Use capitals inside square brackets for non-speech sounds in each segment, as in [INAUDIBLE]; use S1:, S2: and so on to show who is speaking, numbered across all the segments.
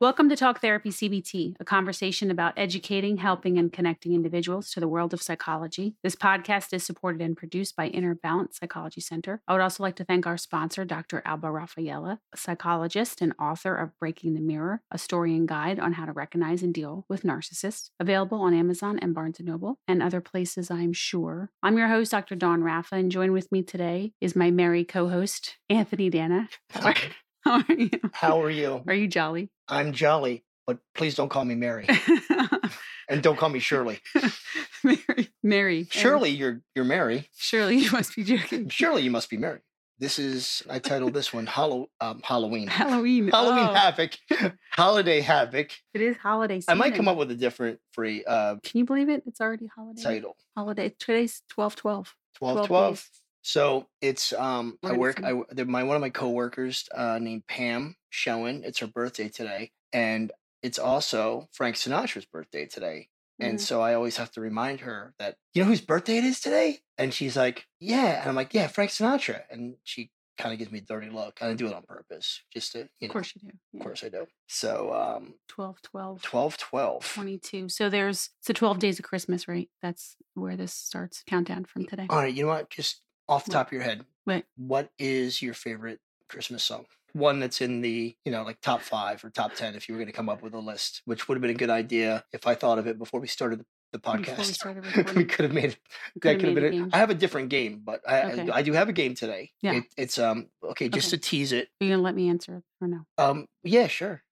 S1: Welcome to Talk Therapy CBT, a conversation about educating, helping, and connecting individuals to the world of psychology. This podcast is supported and produced by Inner Balance Psychology Center. I would also like to thank our sponsor, Dr. Alba Raffaella, a psychologist and author of Breaking the Mirror, a story and guide on how to recognize and deal with narcissists, available on Amazon and Barnes & Noble and other places, I'm sure. I'm your host, Dr. Dawn Raffa, and joined with me today is my merry co-host, Anthony Dana. [LAUGHS] How are you?
S2: How are you?
S1: Are you jolly? [LAUGHS]
S2: I'm jolly, but please don't call me Mary, and don't call me Shirley.
S1: Mary, Mary, [LAUGHS] and-
S2: Surely you're you're Mary.
S1: Surely [LAUGHS] you must be joking.
S2: Surely you must be Mary. This is I titled this one Hallow, um, Halloween.
S1: Halloween.
S2: [LAUGHS] Halloween
S1: Oh,
S2: havoc, [LAUGHS] holiday havoc.
S1: It is holiday season.
S2: I might come up with a different free uh,
S1: Can you believe it? It's already holiday.
S2: title.
S1: Holiday. Today's 12 12.
S2: 12, 12. So it's um I
S1: Right,
S2: work
S1: so-
S2: I w- the- my one of my coworkers uh, named Pam Showen. It's her birthday today, and it's also Frank Sinatra's birthday today.
S1: Mm-hmm.
S2: And so I always have to remind her that, you know whose birthday it is today? And she's like, yeah. And I'm like, yeah, Frank Sinatra. And she kind of gives me a dirty look. And I do it on purpose, just to, you
S1: Of
S2: know,
S1: course you do.
S2: of course I do. So um,
S1: 12 12.
S2: 12, 12.
S1: 22. So there's it's the 12 days of Christmas, right? That's where this starts countdown from today.
S2: All right, you know what? Just off the
S1: What?
S2: top of your head,
S1: What?
S2: what is your favorite Christmas song? One that's in the, you know, like top five or top 10 if you were going to come up with a list, which would have been a good idea if I thought of it before we started the, the
S1: Before we
S2: podcast.
S1: started
S2: [LAUGHS] we
S1: recording.
S2: could have
S1: we
S2: made that
S1: could've
S2: could have
S1: made a
S2: been.
S1: game.
S2: it. I have a different game, but I I-
S1: Okay.
S2: I do have a game today.
S1: Yeah.
S2: It, it's um okay. Just
S1: Okay.
S2: to tease it.
S1: Are you going to let me answer it or no?
S2: Um. Yeah. Sure.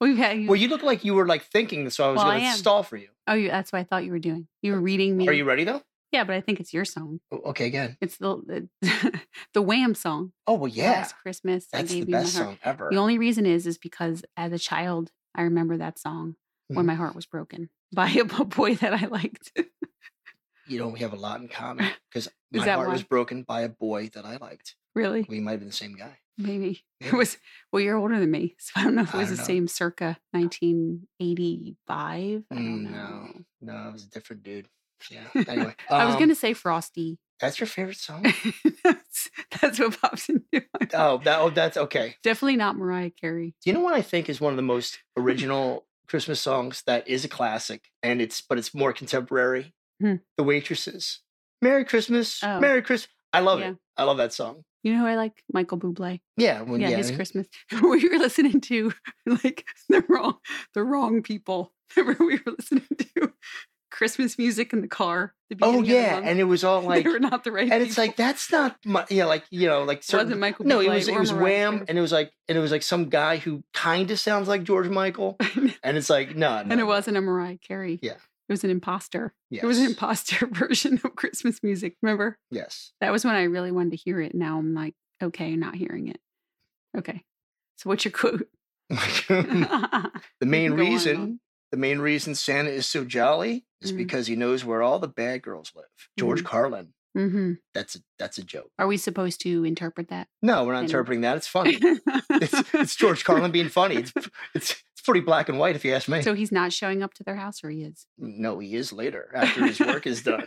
S1: We've had you.
S2: Well, you look like you were like thinking, so I was
S1: Well, I
S2: going to
S1: am.
S2: stall for you.
S1: oh, you. That's what I thought you were doing. You were reading me.
S2: Are you ready though?
S1: yeah, but I think it's your song.
S2: O- Okay. Again.
S1: It's the the, [LAUGHS] the Wham song.
S2: Oh well. Yeah.
S1: Last Christmas. I
S2: That's the
S1: gave you my
S2: best
S1: heart.
S2: song ever.
S1: The only reason is is because as a child, I remember that song
S2: Mm-hmm.
S1: when my heart was broken [LAUGHS] by a b- boy that I liked.
S2: you know, we have a lot
S1: [LAUGHS]
S2: in common because
S1: Is
S2: my
S1: that
S2: heart was
S1: why?
S2: broken by a boy that I liked.
S1: really?
S2: We might have been the same guy.
S1: Maybe. It
S2: Mm, Yeah.
S1: was well, you're older than me, so I don't know if it
S2: I
S1: was the
S2: don't know.
S1: same circa 1985. I don't
S2: Mm,
S1: know.
S2: no. No, I was a different dude.
S1: [LAUGHS]
S2: Yeah. Anyway,
S1: I was
S2: um,
S1: gonna say Frosty. [LAUGHS]
S2: That's your favorite song?
S1: that's, that's what pops into my mind.
S2: oh, that. Oh, that's okay.
S1: Definitely not Mariah Carey.
S2: Do you know what I think is one of the most original Christmas songs that is a classic and it's but it's more contemporary?
S1: Hmm.
S2: The Waitresses. Merry Christmas.
S1: Oh.
S2: Merry Christmas. I love
S1: Yeah.
S2: it. I love that song.
S1: You know who I like? Michael Bublé.
S2: Yeah. When,
S1: yeah,
S2: yeah.
S1: his Christmas. [LAUGHS] we were listening to [LAUGHS] like the wrong the wrong people. [LAUGHS] Remember we were listening to Christmas music in the car. The beginning
S2: oh
S1: of the
S2: yeah.
S1: month?
S2: And it was all like
S1: [LAUGHS] they were not the right.
S2: and it's like that's not my yeah, like you know, like
S1: people. It
S2: certain
S1: wasn't Michael.
S2: no, it
S1: Bublé
S2: was it
S1: or
S2: was
S1: Mariah
S2: Wham,
S1: Carey.
S2: and it was like and it was like some guy who kind of sounds like George Michael, and it's like no,
S1: [LAUGHS] and it wasn't a Mariah Carey.
S2: Yeah.
S1: it was an imposter. It was an
S2: Yes.
S1: imposter [LAUGHS] version of Christmas music. Remember
S2: Yes,
S1: [LAUGHS] that was when I really wanted to hear it. Now I'm like, okay, not hearing it. Okay, so what's your
S2: [CLEARS THROAT]
S1: quote? [LAUGHS] Mm-hmm.
S2: the main
S1: can go on and
S2: reason
S1: on.
S2: the main reason Santa is so jolly is
S1: Mhm.
S2: because he knows where all the bad girls live. George
S1: Mm-hmm.
S2: Carlin.
S1: hmm
S2: That's a, that's a joke.
S1: Are we supposed to interpret that?
S2: No, we're not
S1: And-
S2: interpreting that. It's
S1: [LAUGHS]
S2: funny. it's, it's George Carlin being funny. It's, it's it's pretty black and white if you ask me.
S1: So he's not showing up to their house, or he is. [LAUGHS]
S2: no, he is later after his work is done.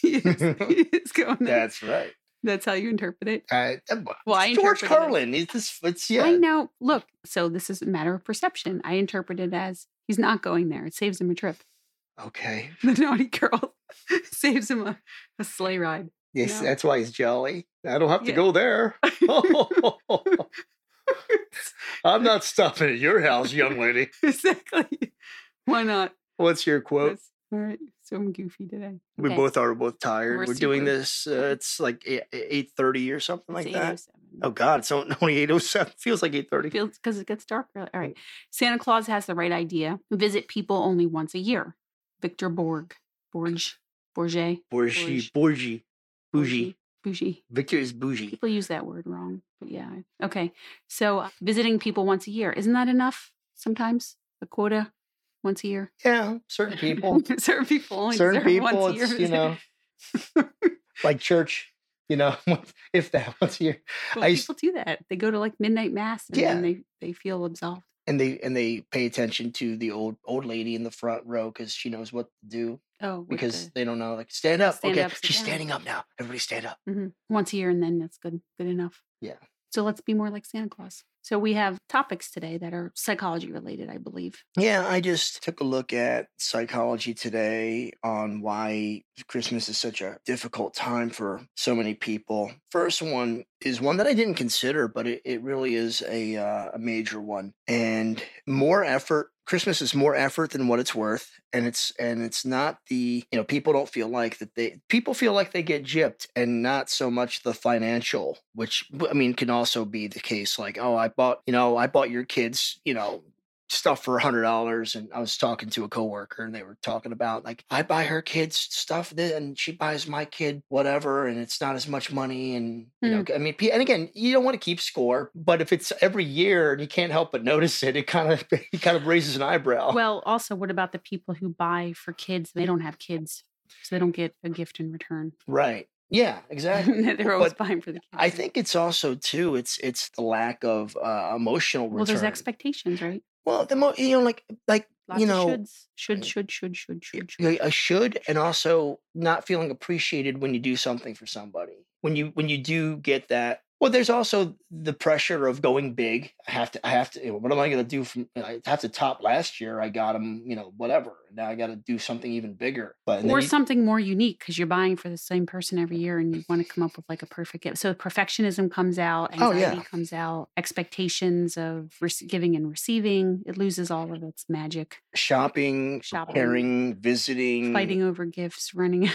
S1: he
S2: [LAUGHS]
S1: is, [LAUGHS] he is going there. That's,
S2: That's
S1: how
S2: right.
S1: you interpret it.
S2: Uh,
S1: Well, I
S2: it's
S1: interpreted
S2: George
S1: it-
S2: Carlin. He's this. It's yeah.
S1: I know. Look, so this is a matter of perception. I interpret it as he's not going there. It saves him a trip. [LAUGHS]
S2: Okay.
S1: The naughty girl [LAUGHS] saves him a, a sleigh ride. [LAUGHS]
S2: Yes,
S1: No.
S2: that's why he's jolly. I don't have to
S1: Yeah. [LAUGHS]
S2: go there. [LAUGHS] I'm not stopping at your house, young lady.
S1: exactly. Why not?
S2: What's your quote?
S1: That's- all right. So I'm goofy today.
S2: We
S1: okay.
S2: both are both tired.
S1: We're
S2: We're, doing
S1: super-
S2: this. Uh, it's like eight thirty or something like
S1: it's
S2: that.
S1: 8:07.
S2: Oh God, it's [LAUGHS] only eight oh seven. Feels like eight thirty.
S1: feels because it gets dark early. All right. Santa Claus has the right idea. Visit people only once a year. Victor Borg. Borge. Borge.
S2: Bourgie, bourgie, bougie.
S1: Bougie.
S2: Victor is
S1: [LAUGHS]
S2: bougie.
S1: People use that word wrong. But yeah. Okay. So uh, visiting people once a year. Isn't that enough sometimes? A quota once a year?
S2: Yeah, certain people.
S1: [LAUGHS] certain people only
S2: certain
S1: deserve
S2: people,
S1: once a year.
S2: it's, you
S1: visit.
S2: know, like church. You know, [LAUGHS] if that once a year.
S1: [LAUGHS] Well,
S2: I used-
S1: people do that. They go to like midnight mass and
S2: Yeah.
S1: then they, they feel absolved.
S2: and they and they pay attention to the old old lady in the front row because she knows what to do
S1: Oh, with
S2: because
S1: the-
S2: they don't know like stand up
S1: Stand
S2: okay
S1: up, sit
S2: she's
S1: down.
S2: standing up now everybody stand up
S1: Mhm. once a year and then that's good good enough.
S2: Yeah.
S1: So let's be more like Santa Claus. So we have topics today that are psychology related, I believe.
S2: Yeah, I just took a look at psychology today on why Christmas is such a difficult time for so many people. First one is one that I didn't consider, but it, it really is a, uh, a major one. And more effort Christmas is more effort than what it's worth, and it's and it's not the you know people don't feel like that they people feel like they get gypped, and not so much the financial, which I mean can also be the case. Like oh, I bought you know I bought your kids you know stuff for a hundred dollars, and I was talking to a coworker, and they were talking about like I buy her kids stuff, th- and she buys my kid whatever, and it's not as much money, and you
S1: Hmm.
S2: know I mean, p- and again, you don't want to keep score, but if it's every year and you can't help but notice it, it kind of [LAUGHS] it kind of raises an eyebrow.
S1: Well, also, what about the people who buy for kids? They don't have kids, so they don't get a gift in return. [LAUGHS]
S2: right? Yeah, exactly.
S1: They're always
S2: But
S1: buying for the kids.
S2: I think it's also too. It's it's the lack of uh, emotional
S1: Well, there's
S2: return.
S1: expectations, right?
S2: well, the mo- you know, like like
S1: Lots
S2: you
S1: of
S2: know, eh,
S1: shoulds. Should,
S2: I-
S1: should, should, should, should, should.
S2: y- a should and also not feeling appreciated when you do something for somebody when you when you do get that well there's also the pressure of going big i have to i have to what am i going to do from i have to top last year i got them you know whatever now i got to do something even bigger but and then
S1: or
S2: you-
S1: something more unique because you're buying for the same person every year and you want to come up with like a perfect gift. So perfectionism comes out,
S2: Oh,
S1: anxiety
S2: yeah.
S1: comes out, expectations of rec giving and receiving. It loses all of its magic.
S2: shopping
S1: Shopping.
S2: preparing visiting
S1: Fighting over gifts, running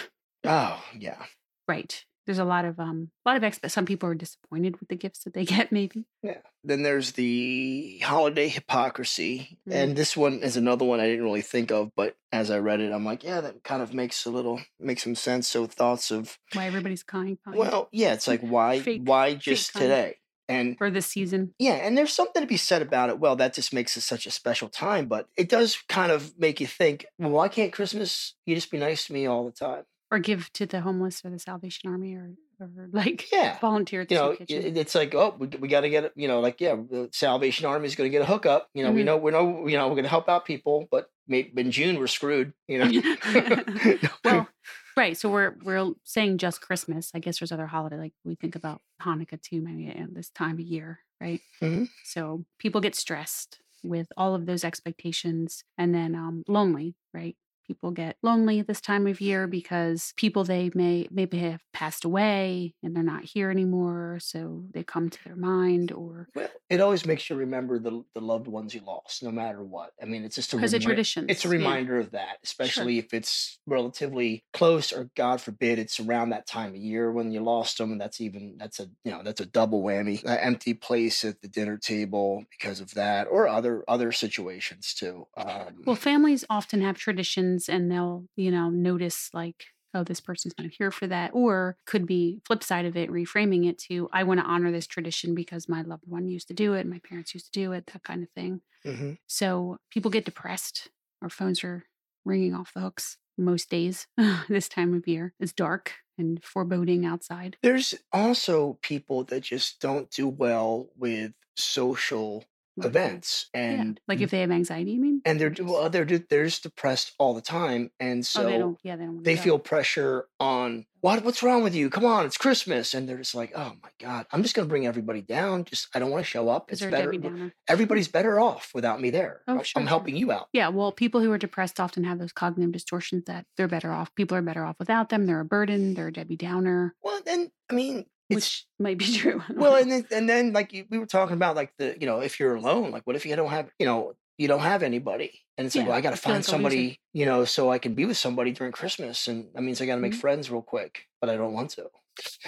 S2: oh yeah
S1: right. There's a lot of um, a lot of expe- Some people are disappointed with the gifts that they [LAUGHS] get. Maybe
S2: Yeah. Then there's the holiday hypocrisy.
S1: Mm.
S2: And this one is another one I didn't really think of, but as I read it, I'm like, yeah, that kind of makes a little makes some sense. So thoughts of
S1: why everybody's kind, kind
S2: well, yeah, it's like why
S1: Oh, Fake-
S2: why just
S1: kind.
S2: today? And
S1: for this season.
S2: yeah, and there's something to be said about it. Well, that just makes it such a special time, but it does kind of make you think, well, why can't Christmas you just be nice to me all the time?
S1: or give to the homeless or the Salvation Army or, or like
S2: Yeah.
S1: volunteer at the
S2: you know,
S1: soup
S2: it-
S1: kitchen.
S2: it's like, oh, we, we got to get, it, you know, like, yeah, the Salvation Army is going to get a hookup. You know, we
S1: Mhm.
S2: know, we know, you know, we're going to help out people, but maybe in June we're screwed. You [LAUGHS] know,
S1: well, right. So we're we're saying just Christmas. I guess there's other holiday like we think about Hanukkah too, maybe at this time of year, right?
S2: Mhm.
S1: So people get stressed with all of those expectations, and then um, lonely, right? People get lonely this time of year because people they may maybe have passed away and they're not here anymore, so they come to their mind or
S2: well, it always makes you remember the the loved ones you lost, no matter what. I mean, it's just a
S1: because of
S2: remi-
S1: traditions.
S2: It's a
S1: yeah.
S2: reminder of that, especially if it's relatively close, or God forbid, it's around that time of year when you lost them. That's even that's a you know that's a double whammy. An empty place at the dinner table because of that, or other other situations too. Um,
S1: Well, families often have traditions and they'll, you know, notice like, oh, this person's not here for that. Or could be flip side of it, reframing it to, I want to honor this tradition because my loved one used to do it, my parents used to do it, that kind of thing.
S2: mhm.
S1: So people get depressed. Our phones are ringing off the hooks most days [LAUGHS] this time of year. It's dark and foreboding outside.
S2: There's also people that just don't do well with social events,
S1: Yeah.
S2: and
S1: Like if they have anxiety, you mean?
S2: and they're
S1: Or
S2: d-
S1: just-
S2: well, they're d- they're just depressed all the time, and
S1: oh,
S2: so
S1: they don't. Yeah, they don't. wanna
S2: they
S1: go.
S2: feel pressure on what what's wrong with you? Come on, it's Christmas, and they're just like, oh my god, I'm just gonna bring everybody down. Just I don't want to show up.
S1: Is
S2: It's
S1: there a
S2: better.
S1: Debbie Downer?
S2: Everybody's better off without me there.
S1: Oh,
S2: I'm-
S1: sure,
S2: I'm
S1: sure.
S2: helping you out.
S1: Yeah, well, people who are depressed often have those cognitive distortions that they're better off. People are better off without them. They're a burden. They're a Debbie Downer,
S2: Well, then I mean,
S1: [LAUGHS]
S2: it's
S1: which might be true. I don't
S2: Well,
S1: know.
S2: and then and then like you, we were talking about like the you know if you're alone, like what if you don't have you know you don't have anybody, and it's like
S1: Yeah,
S2: well I got to
S1: you feel
S2: find
S1: like a loser.
S2: somebody you know so I can be with somebody during Christmas, and that means I got to make
S1: Mhm.
S2: friends real quick, but I don't want to.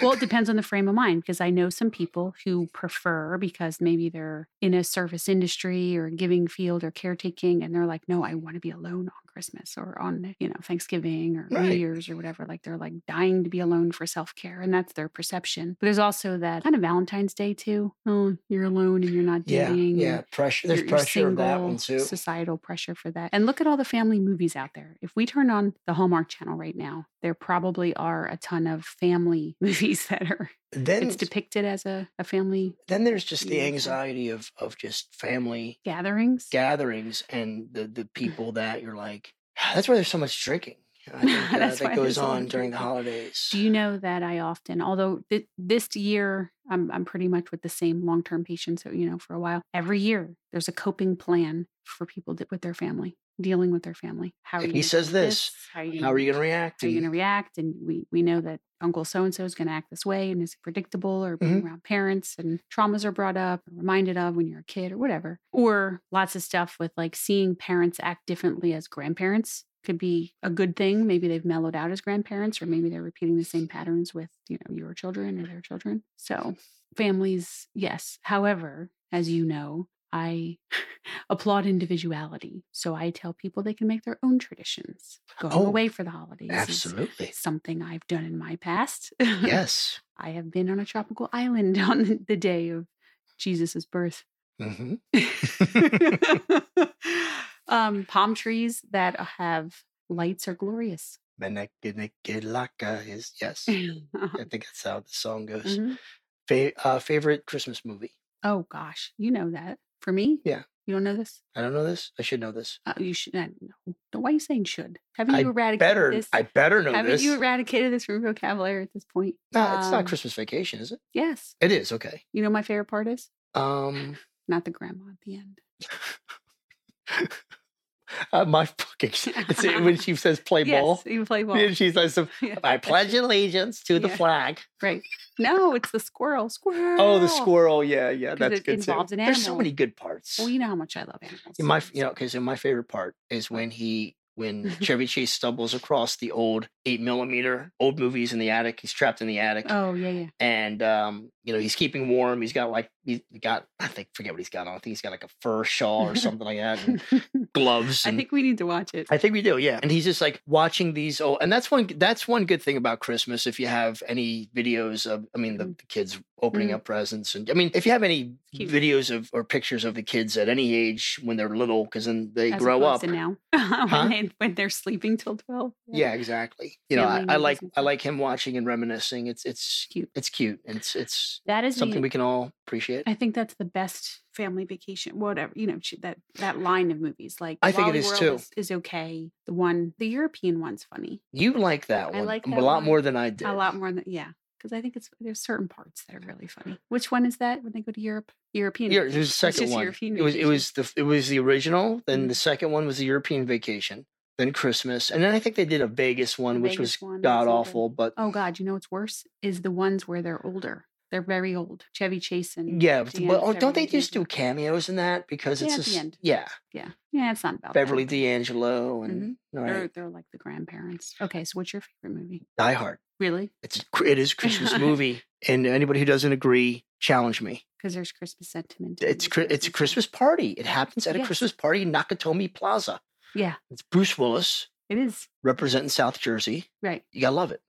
S1: well, it depends on the frame of mind because I know some people who prefer because maybe they're in a service industry or giving field or caretaking, and they're like, no, I want to be alone on Christmas or on you know Thanksgiving or New
S2: Right.
S1: Year's or whatever. Like they're like dying to be alone for self care, and that's their perception. But there's also that kind of Valentine's Day too. Oh, you're alone and you're not
S2: Yeah,
S1: dating.
S2: yeah, pressure. There's
S1: your- your
S2: pressure of that one
S1: single
S2: too.
S1: Societal pressure for that. And look at all the family movies out there. If we turn on the Hallmark channel right now, there probably are a ton of family [LAUGHS] movies that are
S2: Then
S1: it's depicted as a, a family
S2: then there's just the
S1: Yeah.
S2: anxiety of of just family
S1: gatherings.
S2: gatherings and
S1: [LAUGHS]
S2: the the people that you're like. "Ah, That's why there's so much drinking.
S1: [LAUGHS]
S2: I think, uh,
S1: That's why
S2: that goes
S1: there's a lot
S2: on
S1: of
S2: during the
S1: drinking.
S2: holidays.
S1: Do you know that I often, although th- this year I'm I'm pretty much with the same long-term patients, so, you know, for a while. Every year, there's a coping plan for people that, with their family, dealing with their family. How are
S2: If
S1: you
S2: he
S1: gonna
S2: says
S1: do
S2: this,
S1: How are you
S2: How
S1: gonna
S2: are you going to react?
S1: how are you going to react? And we we know that Uncle so and so is going to act this way, and is predictable, or being around parents, and traumas are brought up, or reminded of when you're a kid, or whatever. Or lots of stuff with like seeing parents act differently as grandparents could be a good thing. Maybe they've mellowed out as grandparents, or maybe they're repeating the same patterns with you know your children or their children. So families, yes. However, as you know. I [LAUGHS] applaud individuality. So I tell people they can make their own traditions. Going
S2: Oh,
S1: away for the holidays. is-
S2: Absolutely.
S1: [LAUGHS] something I've done in my past.
S2: Yes.
S1: [LAUGHS] I have been on a tropical island [LAUGHS] on the- the day of Jesus's
S2: [LAUGHS]
S1: birth. [LAUGHS]
S2: hmm
S1: um, palm trees that have lights are glorious. [LAUGHS]
S2: Menekinekilaka is yes. I
S1: Mhm.
S2: think that's how the song
S1: Mm-hmm.
S2: goes. Fa- uh, favorite Christmas movie?
S1: Oh gosh, you know that. For me,
S2: Yeah.
S1: You don't know this?
S2: I don't know this. I should know this.
S1: Uh, you should. I, no. Why are you saying should? Haven't
S2: I
S1: you eradicated
S2: Better.
S1: this?
S2: I better know
S1: Haven't
S2: this.
S1: you eradicated this from vocabulary at this point?
S2: no, it's
S1: Um,
S2: not Christmas Vacation, is it?
S1: Yes.
S2: It is. Okay.
S1: You know my favorite part is
S2: Um,
S1: not the grandma at the end.
S2: uh, my fucking.
S1: [LAUGHS]
S2: It's when she says play
S1: yes,
S2: ball.
S1: you play ball.
S2: And she says,
S1: [LAUGHS] Yeah.
S2: "I pledge allegiance to the
S1: Yeah.
S2: flag."
S1: Right. No, it's the squirrel. Squirrel.
S2: Oh, the squirrel. Yeah, yeah,
S1: 'Cause
S2: that's
S1: it
S2: good
S1: involves
S2: too.
S1: an
S2: There's so
S1: animal.
S2: many good parts.
S1: Well, you know how much I love animals.
S2: In my, you know, okay. So my favorite part is when he, when
S1: [LAUGHS]
S2: Chevy Chase stumbles across the old eight millimeter old movies in the attic. He's trapped in the attic,
S1: Oh yeah, yeah.
S2: and um, you know, he's keeping warm. He's got like he's got, I think, forget what he's got on. I think he's got like a fur shawl or something like that, and
S1: [LAUGHS]
S2: gloves.
S1: I
S2: and-
S1: think we need to watch it.
S2: I think we do, yeah. And he's just like watching these. Oh, and that's one. That's one good thing about Christmas. If you have any videos of, I mean, the, the kids opening
S1: Mm.
S2: up presents, and I mean, if you have any
S1: Mm-hmm. Cute.
S2: videos of or pictures of the kids at any age when they're little, because then they
S1: As
S2: grow up.
S1: opposed to now [LAUGHS] when,
S2: Huh?
S1: they, when they're sleeping till twelve.
S2: Yeah, exactly. You know, I,
S1: Family
S2: I
S1: movies
S2: like
S1: and
S2: I
S1: stuff.
S2: like him watching and reminiscing. It's it's
S1: Cute.
S2: It's cute. and It's it's
S1: That is
S2: something
S1: something
S2: we can all appreciate.
S1: I think that's the best family vacation. Whatever you know, sh- that that line of movies like
S2: I think it
S1: Wally
S2: is
S1: World
S2: too.
S1: Is, is okay. The one, the European one's funny
S2: You like that
S1: I
S2: one
S1: like
S2: a
S1: that
S2: lot
S1: one
S2: more than I did.
S1: a lot more than yeah. Because I think it's there's certain parts that are really funny. Which one is that when they go to Europe? European.
S2: Yeah, it was the second
S1: just
S2: one.
S1: European
S2: It was it
S1: vacation.
S2: was the it was the original. Then
S1: Mm.
S2: the second one was the European vacation. Then Christmas, and then I think they did a Vegas one,
S1: The
S2: which
S1: Vegas
S2: was
S1: one was
S2: god
S1: even-
S2: awful. But
S1: Oh God, you know what's worse is the ones where they're older. They're very old. Chevy Chase and
S2: yeah, but,
S1: Dan
S2: but- oh, don't
S1: Beverly
S2: they just do
S1: D'Angelo.
S2: cameos in that because
S1: Yeah,
S2: it's
S1: at the
S2: just
S1: end.
S2: yeah,
S1: yeah, yeah. It's not about that.
S2: Beverly D'Angelo and all
S1: They're
S2: right,
S1: they're like the grandparents. Okay, so what's your favorite movie?
S2: Die Hard.
S1: Really?
S2: It's a- it is a
S1: [LAUGHS]
S2: Christmas movie, and anybody who doesn't agree, challenge me.
S1: Because there's Christmas sentiment. in
S2: It's
S1: it,
S2: Chri-
S1: there's
S2: it's a
S1: Christmas-
S2: Christmas party. It happens at a
S1: Yes.
S2: Christmas party in Nakatomi Plaza.
S1: Yeah,
S2: It's Bruce Willis
S1: it is.
S2: representing South Jersey.
S1: Right.
S2: You gotta love it.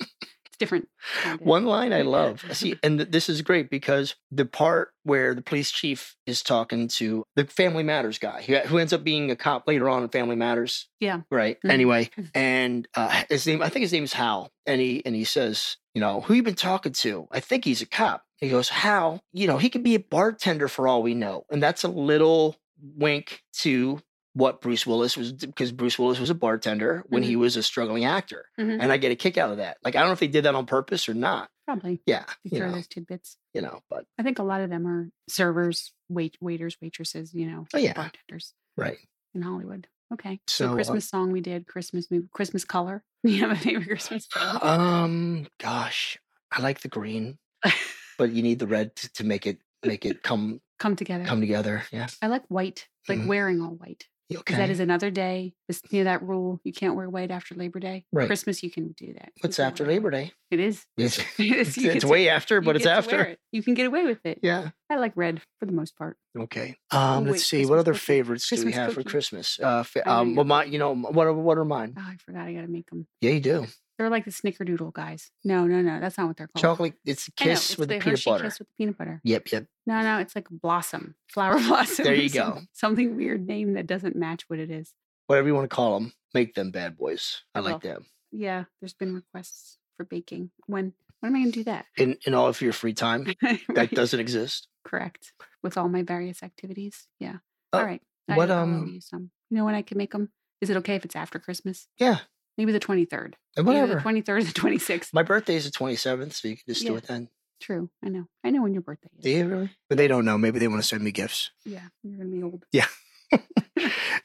S1: It's different. kinda.
S2: One line I love. See, and th- this is great because the part where the police chief is talking to the Family Matters guy, who, who ends up being a cop later on in Family Matters.
S1: Yeah.
S2: Right.
S1: Mhm.
S2: Anyway, and uh, his name, I think his name is Hal, and he and he says, you know, who you been talking to? I think he's a cop. He goes, Hal, you know, he could be a bartender for all we know, and that's a little wink to what Bruce Willis was because Bruce Willis was a bartender when he was a struggling actor.
S1: Mhm.
S2: And I get a kick out of that. Like I don't know if they did that on purpose or not.
S1: Probably.
S2: Yeah,
S1: You
S2: you
S1: throw
S2: know,
S1: those tidbits.
S2: you know,
S1: [GASPS]
S2: but
S1: I think a lot of them are servers, wait waiters, waitresses. You know,
S2: Oh, yeah.
S1: bartenders
S2: right.
S1: in Hollywood. Okay,
S2: So,
S1: so
S2: uh,
S1: Christmas song we did, Christmas movie, Christmas color. [LAUGHS] You have a favorite
S2: [SIGHS]
S1: Christmas color?
S2: Um, gosh, I like
S1: [LAUGHS]
S2: the green, but you need the red to, to make it make it come
S1: Come together.
S2: come together. Yeah.
S1: I like white, like
S2: Mhm.
S1: wearing all white.
S2: You
S1: 'cause
S2: Okay.
S1: That is another day. This, you know that rule: you can't wear white after Labor Day.
S2: Right.
S1: Christmas, you can do that.
S2: What's after
S1: [LAUGHS]
S2: Labor Day?
S1: It is.
S2: It's,
S1: You
S2: it's,
S1: get
S2: it's
S1: to-
S2: way after,
S1: you
S2: but it's
S1: get to wear
S2: after.
S1: it. You can get away with it.
S2: Yeah.
S1: I like red for the most part.
S2: Okay.
S1: Oh,
S2: Um,
S1: wait,
S2: let's see.
S1: Christmas
S2: What other
S1: cookie.
S2: favorites do we
S1: Christmas
S2: have for
S1: cookie.
S2: Christmas? Uh, fa-
S1: I know
S2: um,
S1: your
S2: well, my, you know, m- what are what are mine?
S1: Oh, I forgot. I got to make them.
S2: Yeah, you do.
S1: They're like the Snickerdoodle guys. No, no, no. That's not what they're called.
S2: Chocolate. It's a
S1: Oh. I know,
S2: kiss
S1: it's
S2: with the,
S1: the
S2: peanut
S1: Hershey
S2: butter.
S1: Kiss with the peanut butter.
S2: Yep. Yep.
S1: No, no. It's like blossom, flower [LAUGHS] blossom.
S2: There
S1: or
S2: you
S1: some-
S2: go.
S1: Something weird name that doesn't match what it is.
S2: Whatever you want to call them, make them bad boys. I
S1: I
S2: like
S1: will.
S2: them.
S1: Yeah, there's been requests for baking. When? When am I going to do that? [LAUGHS]
S2: In in all of your free time, that
S1: Right.
S2: doesn't exist.
S1: Correct. With all my various activities. Yeah.
S2: Oh,
S1: all right. I-
S2: what,
S1: I'll lend
S2: um,
S1: you, some. you know when I can make them? Is it okay if it's after Christmas?
S2: Yeah,
S1: Maybe the 23rd.
S2: and
S1: Either
S2: whatever.
S1: The 23rd or the 26th.
S2: My birthday is the 27th, so you can just do
S1: Yeah.
S2: it then.
S1: True. I know. I know when your birthday is.
S2: Do you really? But they don't know. Maybe they want to send
S1: [LAUGHS]
S2: me gifts.
S1: Yeah. You're going to be old.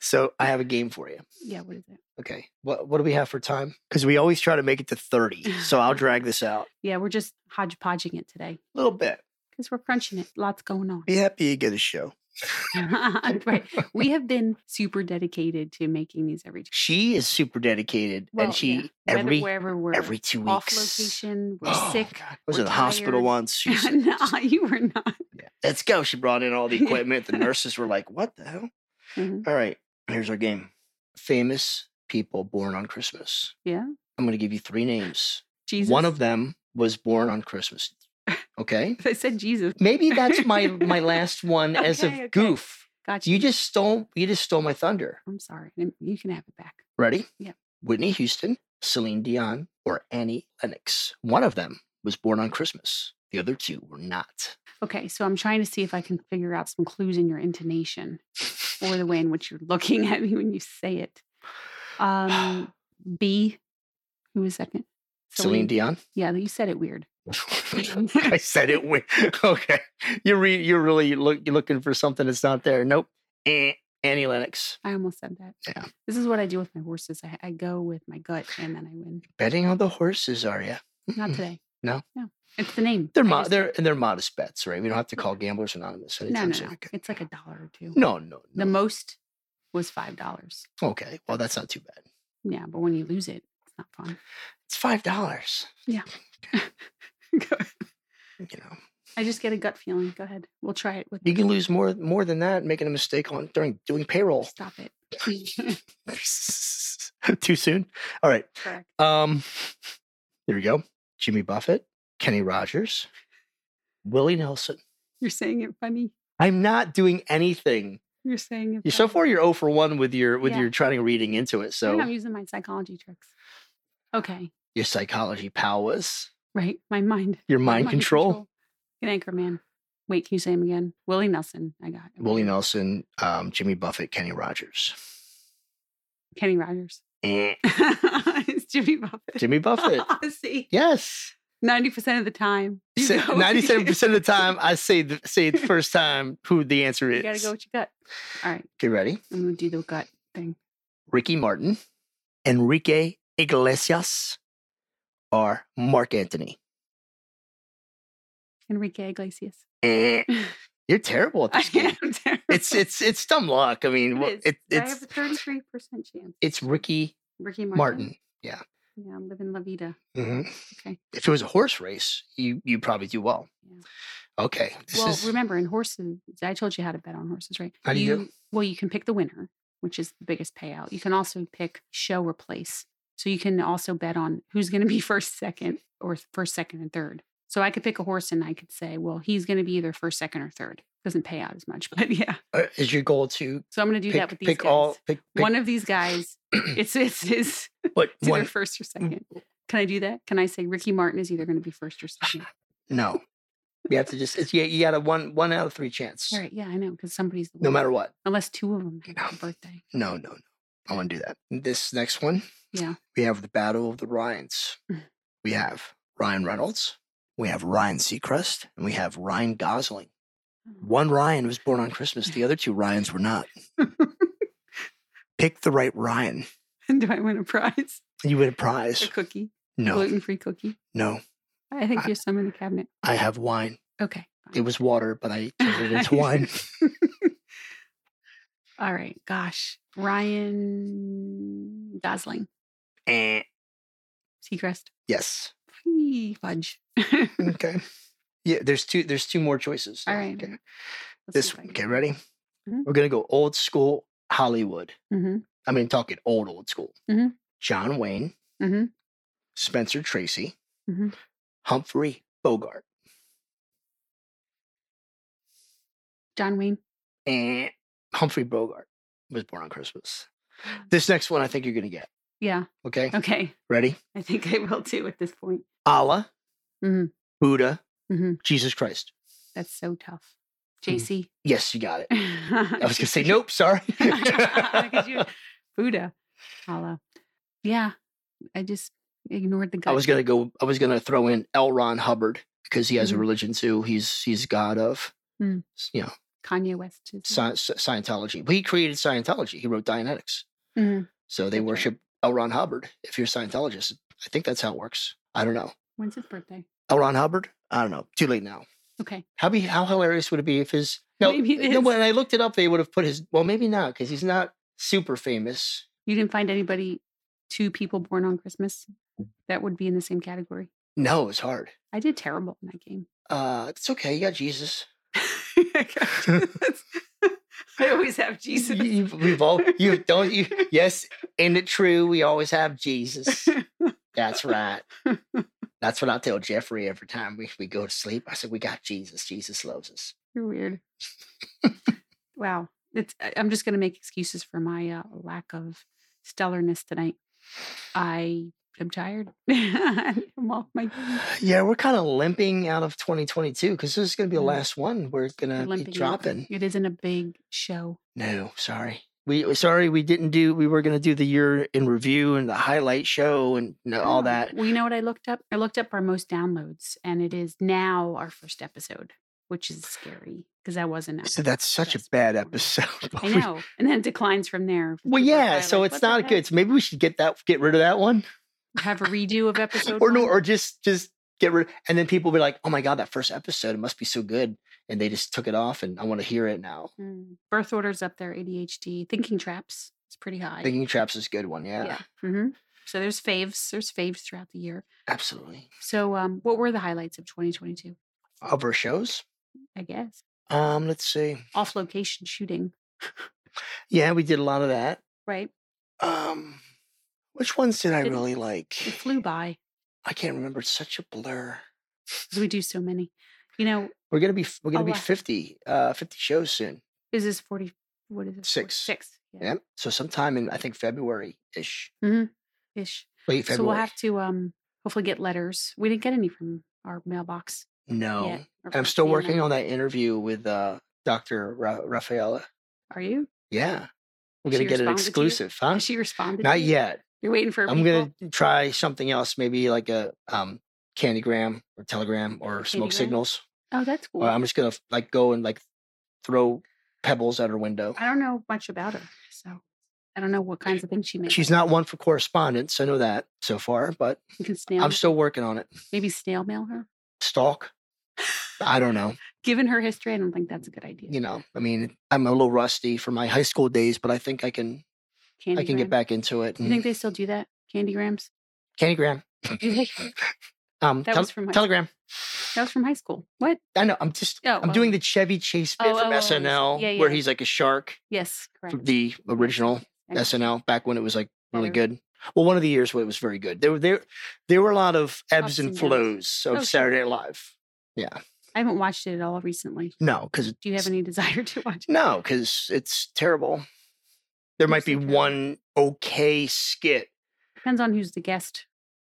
S2: So I have a game for you.
S1: Yeah. What is it?
S2: Okay. What what do we have for time? Because we always try to make it to 30.
S1: [LAUGHS]
S2: So I'll drag this out
S1: Yeah. We're just hodgepodging it today
S2: a little bit.
S1: because we're crunching it. Lots going on. [LAUGHS]
S2: Be happy you get a show.
S1: right. We have been super dedicated to making these every
S2: She is super dedicated
S1: Well,
S2: and she
S1: yeah. Whether-
S2: every
S1: wherever we're
S2: every two weeks.
S1: off location, we're
S2: [GASPS] Oh,
S1: sick. [LAUGHS]
S2: God. I was
S1: we're
S2: in the hospital
S1: tired. [LAUGHS]
S2: once. She said,
S1: no, you were not.
S2: Let's go. She brought in
S1: [LAUGHS]
S2: all the
S1: Yeah.
S2: equipment. The nurses were like, What the hell?
S1: Mhm.
S2: All right. Here's our game. Famous people born on Christmas.
S1: Yeah.
S2: I'm gonna give you three names.
S1: Jesus.
S2: One of them was born on
S1: [LAUGHS]
S2: Christmas. Okay.
S1: I said Jesus.
S2: Maybe that's
S1: [LAUGHS]
S2: my my last one as a
S1: Okay, okay.
S2: goof.
S1: Gotcha.
S2: You just stole you just stole my thunder.
S1: I'm sorry. And You can have it back.
S2: Ready?
S1: Yeah.
S2: Whitney Houston, Celine Dion, or Annie Lennox. One of them was born on Christmas. The other two were not.
S1: Okay, so I'm trying to see if I can figure out some clues in your intonation or the way in which you're looking [LAUGHS] at me when you say it.
S2: [SIGHS]
S1: Um, B, who was second?
S2: Celine Dion.
S1: Yeah, you said it weird.
S2: [LAUGHS] I said it. Wi- [LAUGHS] okay, you're re- you're really look you're looking for something that's not there. Nope. Eh, Annie Lennox.
S1: I almost said that.
S2: Yeah.
S1: This is what I do with my horses. I, I go with my gut and then I win.
S2: Betting on the horses, are you?
S1: Not today.
S2: No?
S1: No. It's the name.
S2: They're
S1: I
S2: mo-
S1: just-
S2: they're and they're modest bets, right? We don't have to call Gamblers Anonymous
S1: no,
S2: anytime
S1: no, no.
S2: soon. Okay.
S1: It's like a dollar or two.
S2: No, no,
S1: The
S2: no.
S1: most was five dollars.
S2: okay, well that's not too bad.
S1: Yeah, but when you lose it, it's not fun. [LAUGHS]
S2: It's five dollars. You know,
S1: I just get a gut feeling. Go ahead. We'll try it with
S2: you can lose more more than that making a mistake on during doing payroll. [LAUGHS]
S1: Stop it. [LAUGHS]
S2: too soon. All right.
S1: Correct.
S2: Um, there we go. Jimmy Buffett, Kenny Rogers, Willie Nelson.
S1: You're saying it funny.
S2: I'm not doing anything.
S1: You're saying it.
S2: You so
S1: funny.
S2: far you're 0 for one with your with
S1: Yeah.
S2: your trying to reading into it.
S1: I mean, I'm
S2: So
S1: using my psychology tricks. Okay.
S2: your psychology powers,
S1: Right. My mind. [LAUGHS]
S2: your
S1: my
S2: mind, control.
S1: Good anchor man. Wait, can you say him again? Willie Nelson. I got it.
S2: Willie Nelson, um, Jimmy Buffett, Kenny Rogers.
S1: Kenny Rogers. [LAUGHS]
S2: Eh,
S1: it's Jimmy Buffett.
S2: Jimmy Buffett.
S1: [LAUGHS] See,
S2: yes.
S1: ninety percent of the time, you
S2: [LAUGHS] Say-
S1: go with- [LAUGHS]
S2: 97% of the time I say the, say it the first time who the answer
S1: You
S2: is.
S1: gotta go with your gut. All right,
S2: Okay, ready?
S1: I'm gonna do the gut thing.
S2: Ricky Martin, Enrique Iglesias, or Mark Anthony.
S1: Enrique Iglesias. [LAUGHS]
S2: Eh, You're terrible at
S1: I
S2: this
S1: [LAUGHS]
S2: game.
S1: am terrible.
S2: It's it's it's dumb luck. I mean, wha-
S1: It is.
S2: it,
S1: I have
S2: it's
S1: a thirty-three percent chance.
S2: it's Ricky
S1: Ricky Martin.
S2: Martin.
S1: Yeah, I'm living La Vida.
S2: Mhm.
S1: Okay.
S2: If it was a horse race, you you probably do well.
S1: Yeah.
S2: Okay, this
S1: well,
S2: is
S1: remember in horses, I told you how to bet on horses, right?
S2: How do you do?
S1: Well, you can pick the winner, which is the biggest payout. You can also pick show or place. So you can also bet on who's going to be [LAUGHS] first, second, or first, second, and third. So I could pick a horse and I could say, well, he's going to be either first, second, or third. Doesn't pay out as much, [LAUGHS] but yeah.
S2: uh, is your goal to
S1: So I'm going to do that
S2: pick,
S1: with these
S2: pick
S1: guys.
S2: all pick, pick
S1: one of these
S2: [CLEARS THROAT]
S1: guys, it's it's his
S2: what Mm.
S1: it's either
S2: one
S1: first or second. Can I do that? Can I say Ricky Martin is either going to be first
S2: Oh
S1: or second?
S2: no. You have to just it's you, you got a one one out of three chance.
S1: All right, yeah, I know because somebody's the
S2: No
S1: winner.
S2: matter what.
S1: unless two of them have
S2: No.
S1: a birthday. [LAUGHS]
S2: No, no, no. I want to do that. This next one.
S1: Yeah.
S2: We have the Battle of the Ryans.
S1: Mhm.
S2: We have Ryan Reynolds. We have Ryan Seacrest, and we have Ryan Gosling.
S1: Oh.
S2: One Ryan was born on Christmas. The other two Ryans were not. Pick the right Ryan.
S1: And do I win a
S2: [LAUGHS]
S1: prize?
S2: You win a
S1: A
S2: prize.
S1: cookie,
S2: No,
S1: gluten free cookie.
S2: no.
S1: I think
S2: I-
S1: there's some in the cabinet.
S2: I have wine.
S1: Okay.
S2: It
S1: fine.
S2: was water, but I turned it
S1: [LAUGHS]
S2: into wine.
S1: All right. Gosh. Ryan Gosling,
S2: Eh.
S1: Seacrest.
S2: yes.
S1: Whee, Fudge. Let's
S2: Okay. Yeah. There's two. There's two more choices.
S1: All
S2: now,
S1: right.
S2: okay?
S1: see
S2: This
S1: if I
S2: one.
S1: can-
S2: Okay. Ready?
S1: Mhm.
S2: We're gonna go old school Hollywood.
S1: Mhm,
S2: I mean, talking old, old school.
S1: Mhm.
S2: John Wayne,
S1: mhm.
S2: Spencer Tracy,
S1: Mhm.
S2: Humphrey Bogart.
S1: John Wayne.
S2: And Eh, Humphrey Bogart was born
S1: [GASPS]
S2: on Christmas. This next one I think you're going to get.
S1: Yeah. [LAUGHS]
S2: Okay.
S1: Okay.
S2: Ready?
S1: I think I will too at this point.
S2: Allah,
S1: Mhm.
S2: Buddha,
S1: Mhm.
S2: Jesus Christ.
S1: That's so tough. [LAUGHS]
S2: Hmm.
S1: JC.
S2: Yes, you got it.
S1: I [LAUGHS]
S2: I was going to say, nope, sorry.
S1: Look at
S2: [LAUGHS]
S1: you. Buddha. Allah. Yeah. I just ignored the
S2: I
S1: gut.
S2: was going to go, I was going to throw in L. Ron Hubbard because he has
S1: Mhm.
S2: a religion too. He's he's god of
S1: Mm.
S2: s- you know
S1: Kanye West. is-
S2: sci- sci- Scientology. But he created Scientology. He wrote Dianetics,
S1: Mhm.
S2: so they
S1: Gotcha.
S2: worship L. Ron Hubbard. If you're a Scientologist, I think that's how it works. I don't know.
S1: When's his birthday?
S2: L. Ron Hubbard. I don't know. Too late now.
S1: Okay.
S2: How be how hilarious would it be if his no,
S1: Maybe it
S2: no
S1: is.
S2: when I looked it up they would have put his well maybe not because he's not super famous.
S1: You didn't find anybody, two people born on Christmas that would be in the same category.
S2: No, it's hard.
S1: I did terrible in that game. [LAUGHS]
S2: Uh it's okay, you got Jesus.
S1: [LAUGHS] I always have Jesus.
S2: You, have we've all
S1: [LAUGHS]
S2: you don't you yes, isn't it true? We always have Jesus. That's right. That's what I tell Jeffrey every time we, we go to sleep. I said, We got Jesus. Jesus loves
S1: [SIGHS]
S2: us.
S1: You're
S2: [LAUGHS]
S1: weird. wow. It's, I- I'm just going to make excuses for my uh, lack of stellarness tonight. I am tired. [LAUGHS] I'm off
S2: [LAUGHS]
S1: my game.
S2: Yeah, we're kind of limping out of 2022 because this is going to be the
S1: Mm.
S2: last one we're
S1: We're
S2: going to be
S1: limping out.
S2: dropping.
S1: It isn't a big show.
S2: No, sorry. We uh, sorry we didn't do. We were going to do the year in review and the highlight show and you
S1: [GASPS]
S2: know, all
S1: No.
S2: that.
S1: Well, you know what I looked up? I looked up our most downloads, and it is now our first episode, which is scary because that wasn't. out.
S2: So [LAUGHS] that's such a
S1: That's
S2: bad
S1: before.
S2: episode. [LAUGHS] but
S1: I
S2: we-
S1: know, and then it declines from there.
S2: Well,
S1: People are
S2: yeah.
S1: probably
S2: So
S1: like,
S2: it's
S1: "What the
S2: not good. So maybe we should get that, get rid of that one,
S1: heck?" Have a redo of episode.
S2: [LAUGHS] or no,
S1: one?
S2: or just just get rid. And then people be like, "Oh my god, that first episode it must be so good," and they just took it off, and I want to hear it now.
S1: Mm. birth orders up there. ADHD, thinking traps. It's pretty high.
S2: Mm-hmm. Thinking Traps is a good one. Yeah,
S1: hmm So there's faves. There's faves throughout the year.
S2: absolutely.
S1: So, um, what were the highlights of 2022?
S2: Of our shows,
S1: I guess
S2: um, let's see.
S1: off location shooting,
S2: Yeah, we did a lot of that.
S1: right?
S2: Um, which ones did I
S1: Didn't-
S2: really like?
S1: It flew by
S2: I can't remember. It's such a blur.
S1: 'cause we do so many. You know,
S2: We're gonna be f- we're gonna
S1: Oh,
S2: be
S1: wow.
S2: 50, uh, 50 shows soon.
S1: is this 40 what is it 46
S2: Six. Yeah. So sometime in I think February ish,
S1: ish
S2: late February.
S1: so we'll have to um hopefully get letters we didn't get any from our mailbox
S2: no,
S1: yet
S2: and
S1: or
S2: I'm
S1: from
S2: still working
S1: family.
S2: on that interview with uh, Dr. Ra- Rafaela.
S1: are you
S2: Yeah, we're
S1: She
S2: gonna get
S1: responded to
S2: an
S1: you?
S2: exclusive, huh?
S1: has she responded to
S2: Not
S1: you?
S2: yet.
S1: you're waiting for
S2: I'm gonna try something else, maybe like a um, candygram or telegram or smoke
S1: Candygram?
S2: signals.
S1: gonna oh that's cool
S2: Or I'm just gonna like go and like throw pebbles at her window.
S1: i don't know much about her so i don't know what kinds of things she makes
S2: She's not one for correspondence. I know that so far, but
S1: you can snail
S2: I'm still working on it.
S1: maybe snail mail her
S2: Stalk. I don't know.
S1: given her history i don't think that's a good idea
S2: You know, I mean, I'm a little rusty from my high school days, but I think I can. I can get
S1: Candygram.
S2: back mm. into it.
S1: you think they still do that candygrams
S2: Candygram.
S1: [LAUGHS]
S2: [LAUGHS]
S1: You think-
S2: um,
S1: that
S2: tel-
S1: was from high-
S2: Telegram.
S1: that was from high school what
S2: I know. I'm just.
S1: Oh,
S2: I'm
S1: oh.
S2: doing the Chevy Chase bit
S1: Oh,
S2: from
S1: oh, oh, I see.
S2: SNL,
S1: Yeah,
S2: where
S1: yeah.
S2: he's like a shark.
S1: yes correct
S2: from The original
S1: Okay.
S2: SNL back when it was like really
S1: Better.
S2: good. Well, one of the years when it was very good. There were there there were a lot of ebbs
S1: Ups
S2: and
S1: and downs.
S2: flows of
S1: Oh, sure.
S2: Saturday Night Live. Yeah.
S1: i haven't watched it at all recently
S2: No, because
S1: do you have any [LAUGHS] desire to watch it?
S2: No, because it's terrible. There might
S1: It's
S2: be
S1: so terrible.
S2: one okay skit.
S1: Depends on who's the guest.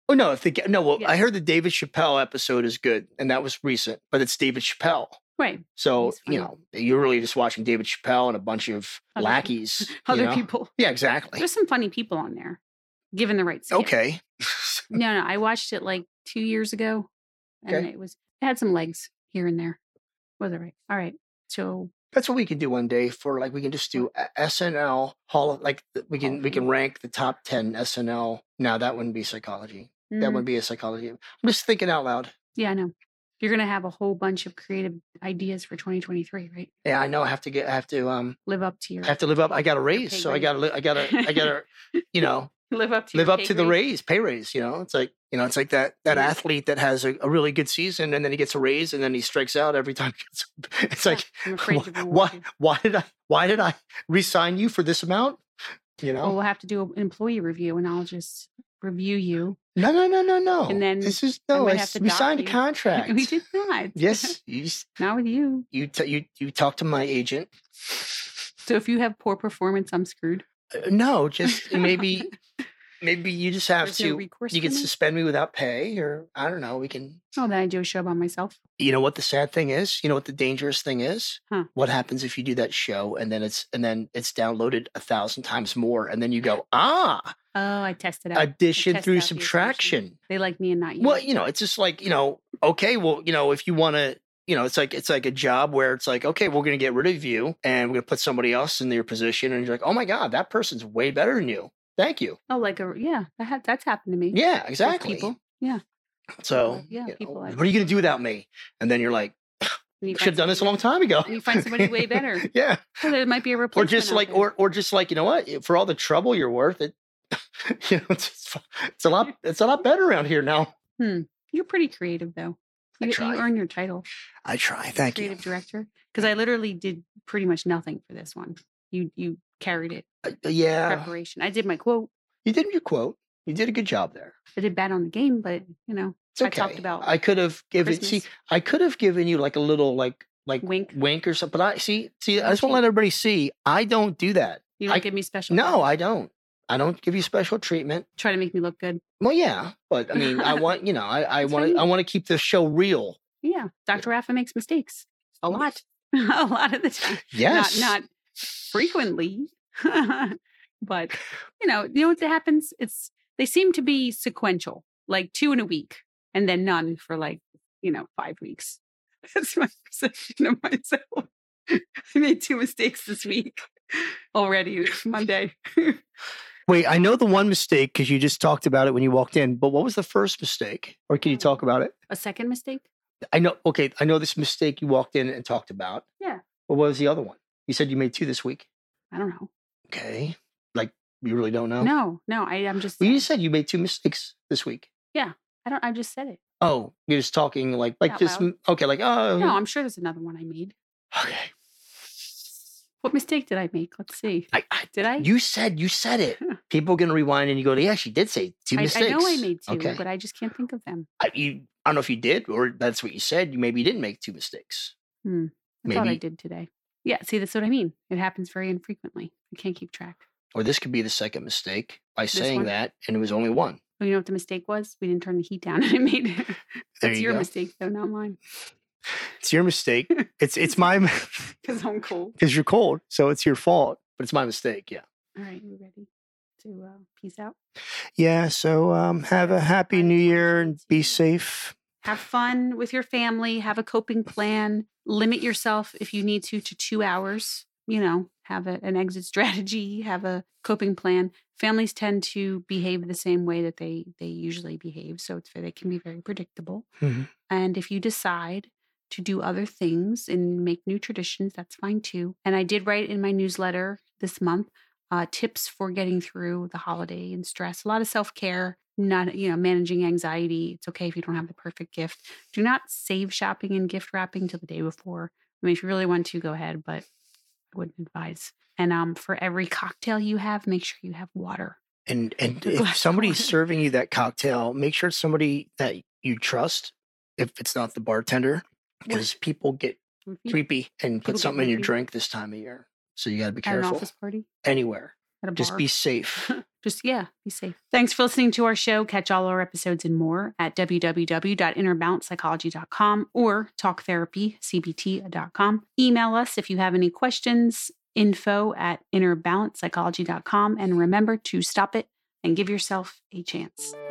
S2: Oh no, if the g- no, well, I
S1: Yeah.
S2: heard the David Chappelle episode is good, and that was recent, but it's David Chappelle.
S1: Right.
S2: So
S1: He's funny.
S2: you know, you're really just watching David Chappelle and a bunch of
S1: Other people.
S2: lackeys.
S1: [LAUGHS]
S2: you
S1: Other
S2: know? [LAUGHS]
S1: people.
S2: Yeah, exactly.
S1: There's some funny people on there, given the right skit.
S2: Okay. [LAUGHS]
S1: No, no. I watched it like two years ago and
S2: Okay.
S1: it was, it had some legs here and there. Was it right? All right. So
S2: That's what we can do one day for like we can just do a- SNL Hall of like th- we
S1: Hall
S2: can
S1: of
S2: we can
S1: Fame.
S2: rank the top ten SNL. Now that wouldn't be psychology. That
S1: mm,
S2: would be a psychology. I'm just thinking out loud.
S1: yeah, I know. You're going to have a whole bunch of creative ideas for 2023, right?
S2: Yeah, I know. I have to get. I have to um.
S1: Live up to your,
S2: I have to live up. I got a raise,
S1: pay
S2: so I
S1: grade.
S2: got to. Li- I got to. I got to. You know,
S1: [LAUGHS] live up to
S2: live
S1: your
S2: up
S1: pay
S2: to the
S1: grade.
S2: raise, pay raise. You know, it's like you know, it's like that that
S1: Yeah.
S2: athlete that has a, a really good season and then he gets a raise and then he strikes out every time. [LAUGHS] he gets- It's
S1: Yeah,
S2: like [LAUGHS]
S1: I'm afraid
S2: wh-
S1: to reward
S2: why
S1: you.
S2: why did I why did I resign you for this amount? You know,
S1: Oh, Well, we'll have to do an employee review and I'll just review you. [LAUGHS]
S2: no no no no no.
S1: then
S2: this is
S1: I
S2: no.
S1: might
S2: I
S1: have
S2: s-
S1: to
S2: we
S1: dock
S2: signed a
S1: you. [LAUGHS]
S2: contract.
S1: We did not.
S2: Yes, you s-
S1: Not with you.
S2: you t- you you talk to my agent.
S1: So if you have poor performance, I'm screwed. [LAUGHS]
S2: Uh, No, just maybe maybe you just have
S1: There's no
S2: to.
S1: recourse
S2: you
S1: for
S2: can
S1: me?
S2: suspend me without pay, or I don't know. We can.
S1: Oh, then I do a show by myself.
S2: You know what the sad thing is? You know what the dangerous thing is?
S1: Huh.
S2: What happens if you do that show and then it's and then it's downloaded a thousand times more, and then you go, ah,
S1: Oh, I tested out.
S2: addition
S1: test
S2: through
S1: out the assumption.
S2: subtraction.
S1: they like me and not you.
S2: Well, you know, it's just like, you know, okay, well, you know, if you want to, you know, it's like it's like a job where it's like, okay, we're going to get rid of you and we're going to put somebody else in your position and you're like, "Oh my god, that person's way better than you." Thank you.
S1: Oh, like a yeah. That ha- that's happened to me. with
S2: Yeah, exactly.
S1: People. Yeah.
S2: So,
S1: Like, yeah,
S2: you know,
S1: people I-
S2: what are you going to do without me? And then you're like,
S1: And you
S2: should have
S1: find
S2: done this a
S1: somebody
S2: long time ago.
S1: And you find somebody way better.
S2: [LAUGHS] yeah.
S1: better. There might be a
S2: Or
S1: replacement.
S2: just
S1: out
S2: like
S1: there.
S2: or or just like, you know what? For all the trouble you're worth, it [LAUGHS] you know, it's, it's a lot it's a lot better around here now.
S1: you're pretty creative though.
S2: I
S1: You, you
S2: try.
S1: earn your title,
S2: I try. Thank you.
S1: creative director, because I literally did pretty much nothing for this one. You you carried it
S2: Uh, yeah.
S1: preparation. I did my quote.
S2: You did your quote. You did a good job there.
S1: I did bad on the game, but you know
S2: It's
S1: I
S2: okay.
S1: talked about
S2: I could have given see.
S1: Christmas
S2: I could have given you like a little like like
S1: wink.
S2: wink or something. But I see. See, I
S1: No
S2: just want
S1: cheat.
S2: to let everybody see. I don't do that.
S1: You don't
S2: I-
S1: give me special.
S2: No,
S1: credit.
S2: I don't. I don't give you special treatment.
S1: try to make me look good.
S2: Well, yeah, but I mean, I want you know, I I
S1: That's what I
S2: want to I
S1: mean.
S2: want to keep the show real.
S1: Yeah, Dr. Rafa makes mistakes a lot, [LAUGHS] a lot of the time.
S2: Yes.
S1: not not frequently [LAUGHS] but you know you know what happens it's they seem to be sequential like two in a week and then none for like you know five weeks [LAUGHS] that's my perception of myself i made two mistakes this week already monday [LAUGHS]
S2: Wait, I know the one mistake because you just talked about it when you walked in. But what was the first mistake? Or can you talk about it?
S1: a second mistake
S2: I know. Okay, I know this mistake you walked in and talked about.
S1: Yeah.
S2: But what was the other one? You said you made two this week.
S1: i don't know
S2: Okay. Like you really don't know?
S1: no no I, i'm just
S2: Well, you said you made two mistakes this week.
S1: i don't i just said it
S2: Oh, you're just talking like like
S1: Out
S2: just
S1: loud.
S2: m- okay, like oh
S1: no i'm sure there's another one i made
S2: okay.
S1: what mistake did i make let's see
S2: I, I
S1: did i
S2: you said you said it. People are gonna rewind and you go, yeah, she did say two
S1: I, I
S2: mistakes.
S1: know I made two,
S2: Okay.
S1: but I just can't think of them.
S2: I, you, I don't know if you did or that's what you said. You maybe didn't make two mistakes.
S1: Hmm. I thought I
S2: Maybe-
S1: did today. Yeah, see, that's what I mean. It happens very infrequently. I can't keep track.
S2: Or this could be the second mistake by saying
S1: one?
S2: that, and it was only one.
S1: Oh, you know what the mistake was? We didn't turn the heat down [LAUGHS] and it made it.
S2: There
S1: That's
S2: you
S1: your
S2: go.
S1: mistake, though, not mine. [LAUGHS]
S2: It's your mistake. It's it's my [LAUGHS]
S1: Because I'm cold.
S2: because you're cold, so it's your fault. But it's my mistake. Yeah.
S1: All right, you ready to uh, peace out?
S2: Yeah. So um, have a happy New Year and be safe.
S1: Have fun with your family. Have a coping plan. Limit yourself if you need to to two hours. You know, have a, an exit [LAUGHS] strategy. Have a coping plan. Families tend to behave the same way that they they usually behave, so it's, they can be very predictable.
S2: Mhm.
S1: And if you decide to do other things and make new traditions, that's fine too. And I did write in my newsletter this month uh, tips for getting through the holiday and stress. A lot of self care, not you know managing anxiety. It's okay if you don't have the perfect gift. Do not save shopping and gift wrapping till the day before. I mean, if you really want to, go ahead, but I wouldn't advise. And um, for every cocktail you have, make sure you have water.
S2: And and
S1: Glass of
S2: if somebody's
S1: wine.
S2: serving you that cocktail, make sure it's somebody that you trust. If it's not the bartender, because people get creepy and
S1: People
S2: put
S1: get
S2: something in your
S1: creepy.
S2: drink this time of year. So you got to be
S1: At an
S2: careful.
S1: office party,
S2: Anywhere,
S1: at a
S2: just
S1: bar.
S2: be safe.
S1: [LAUGHS] just yeah, be safe. Thanks for listening to our show. Catch all our episodes and more at www.innerbalancepsychology.com or talktherapycbt.com. Email us if you have any questions, info at innerbalancepsychology.com. And remember to stop it and give yourself a chance.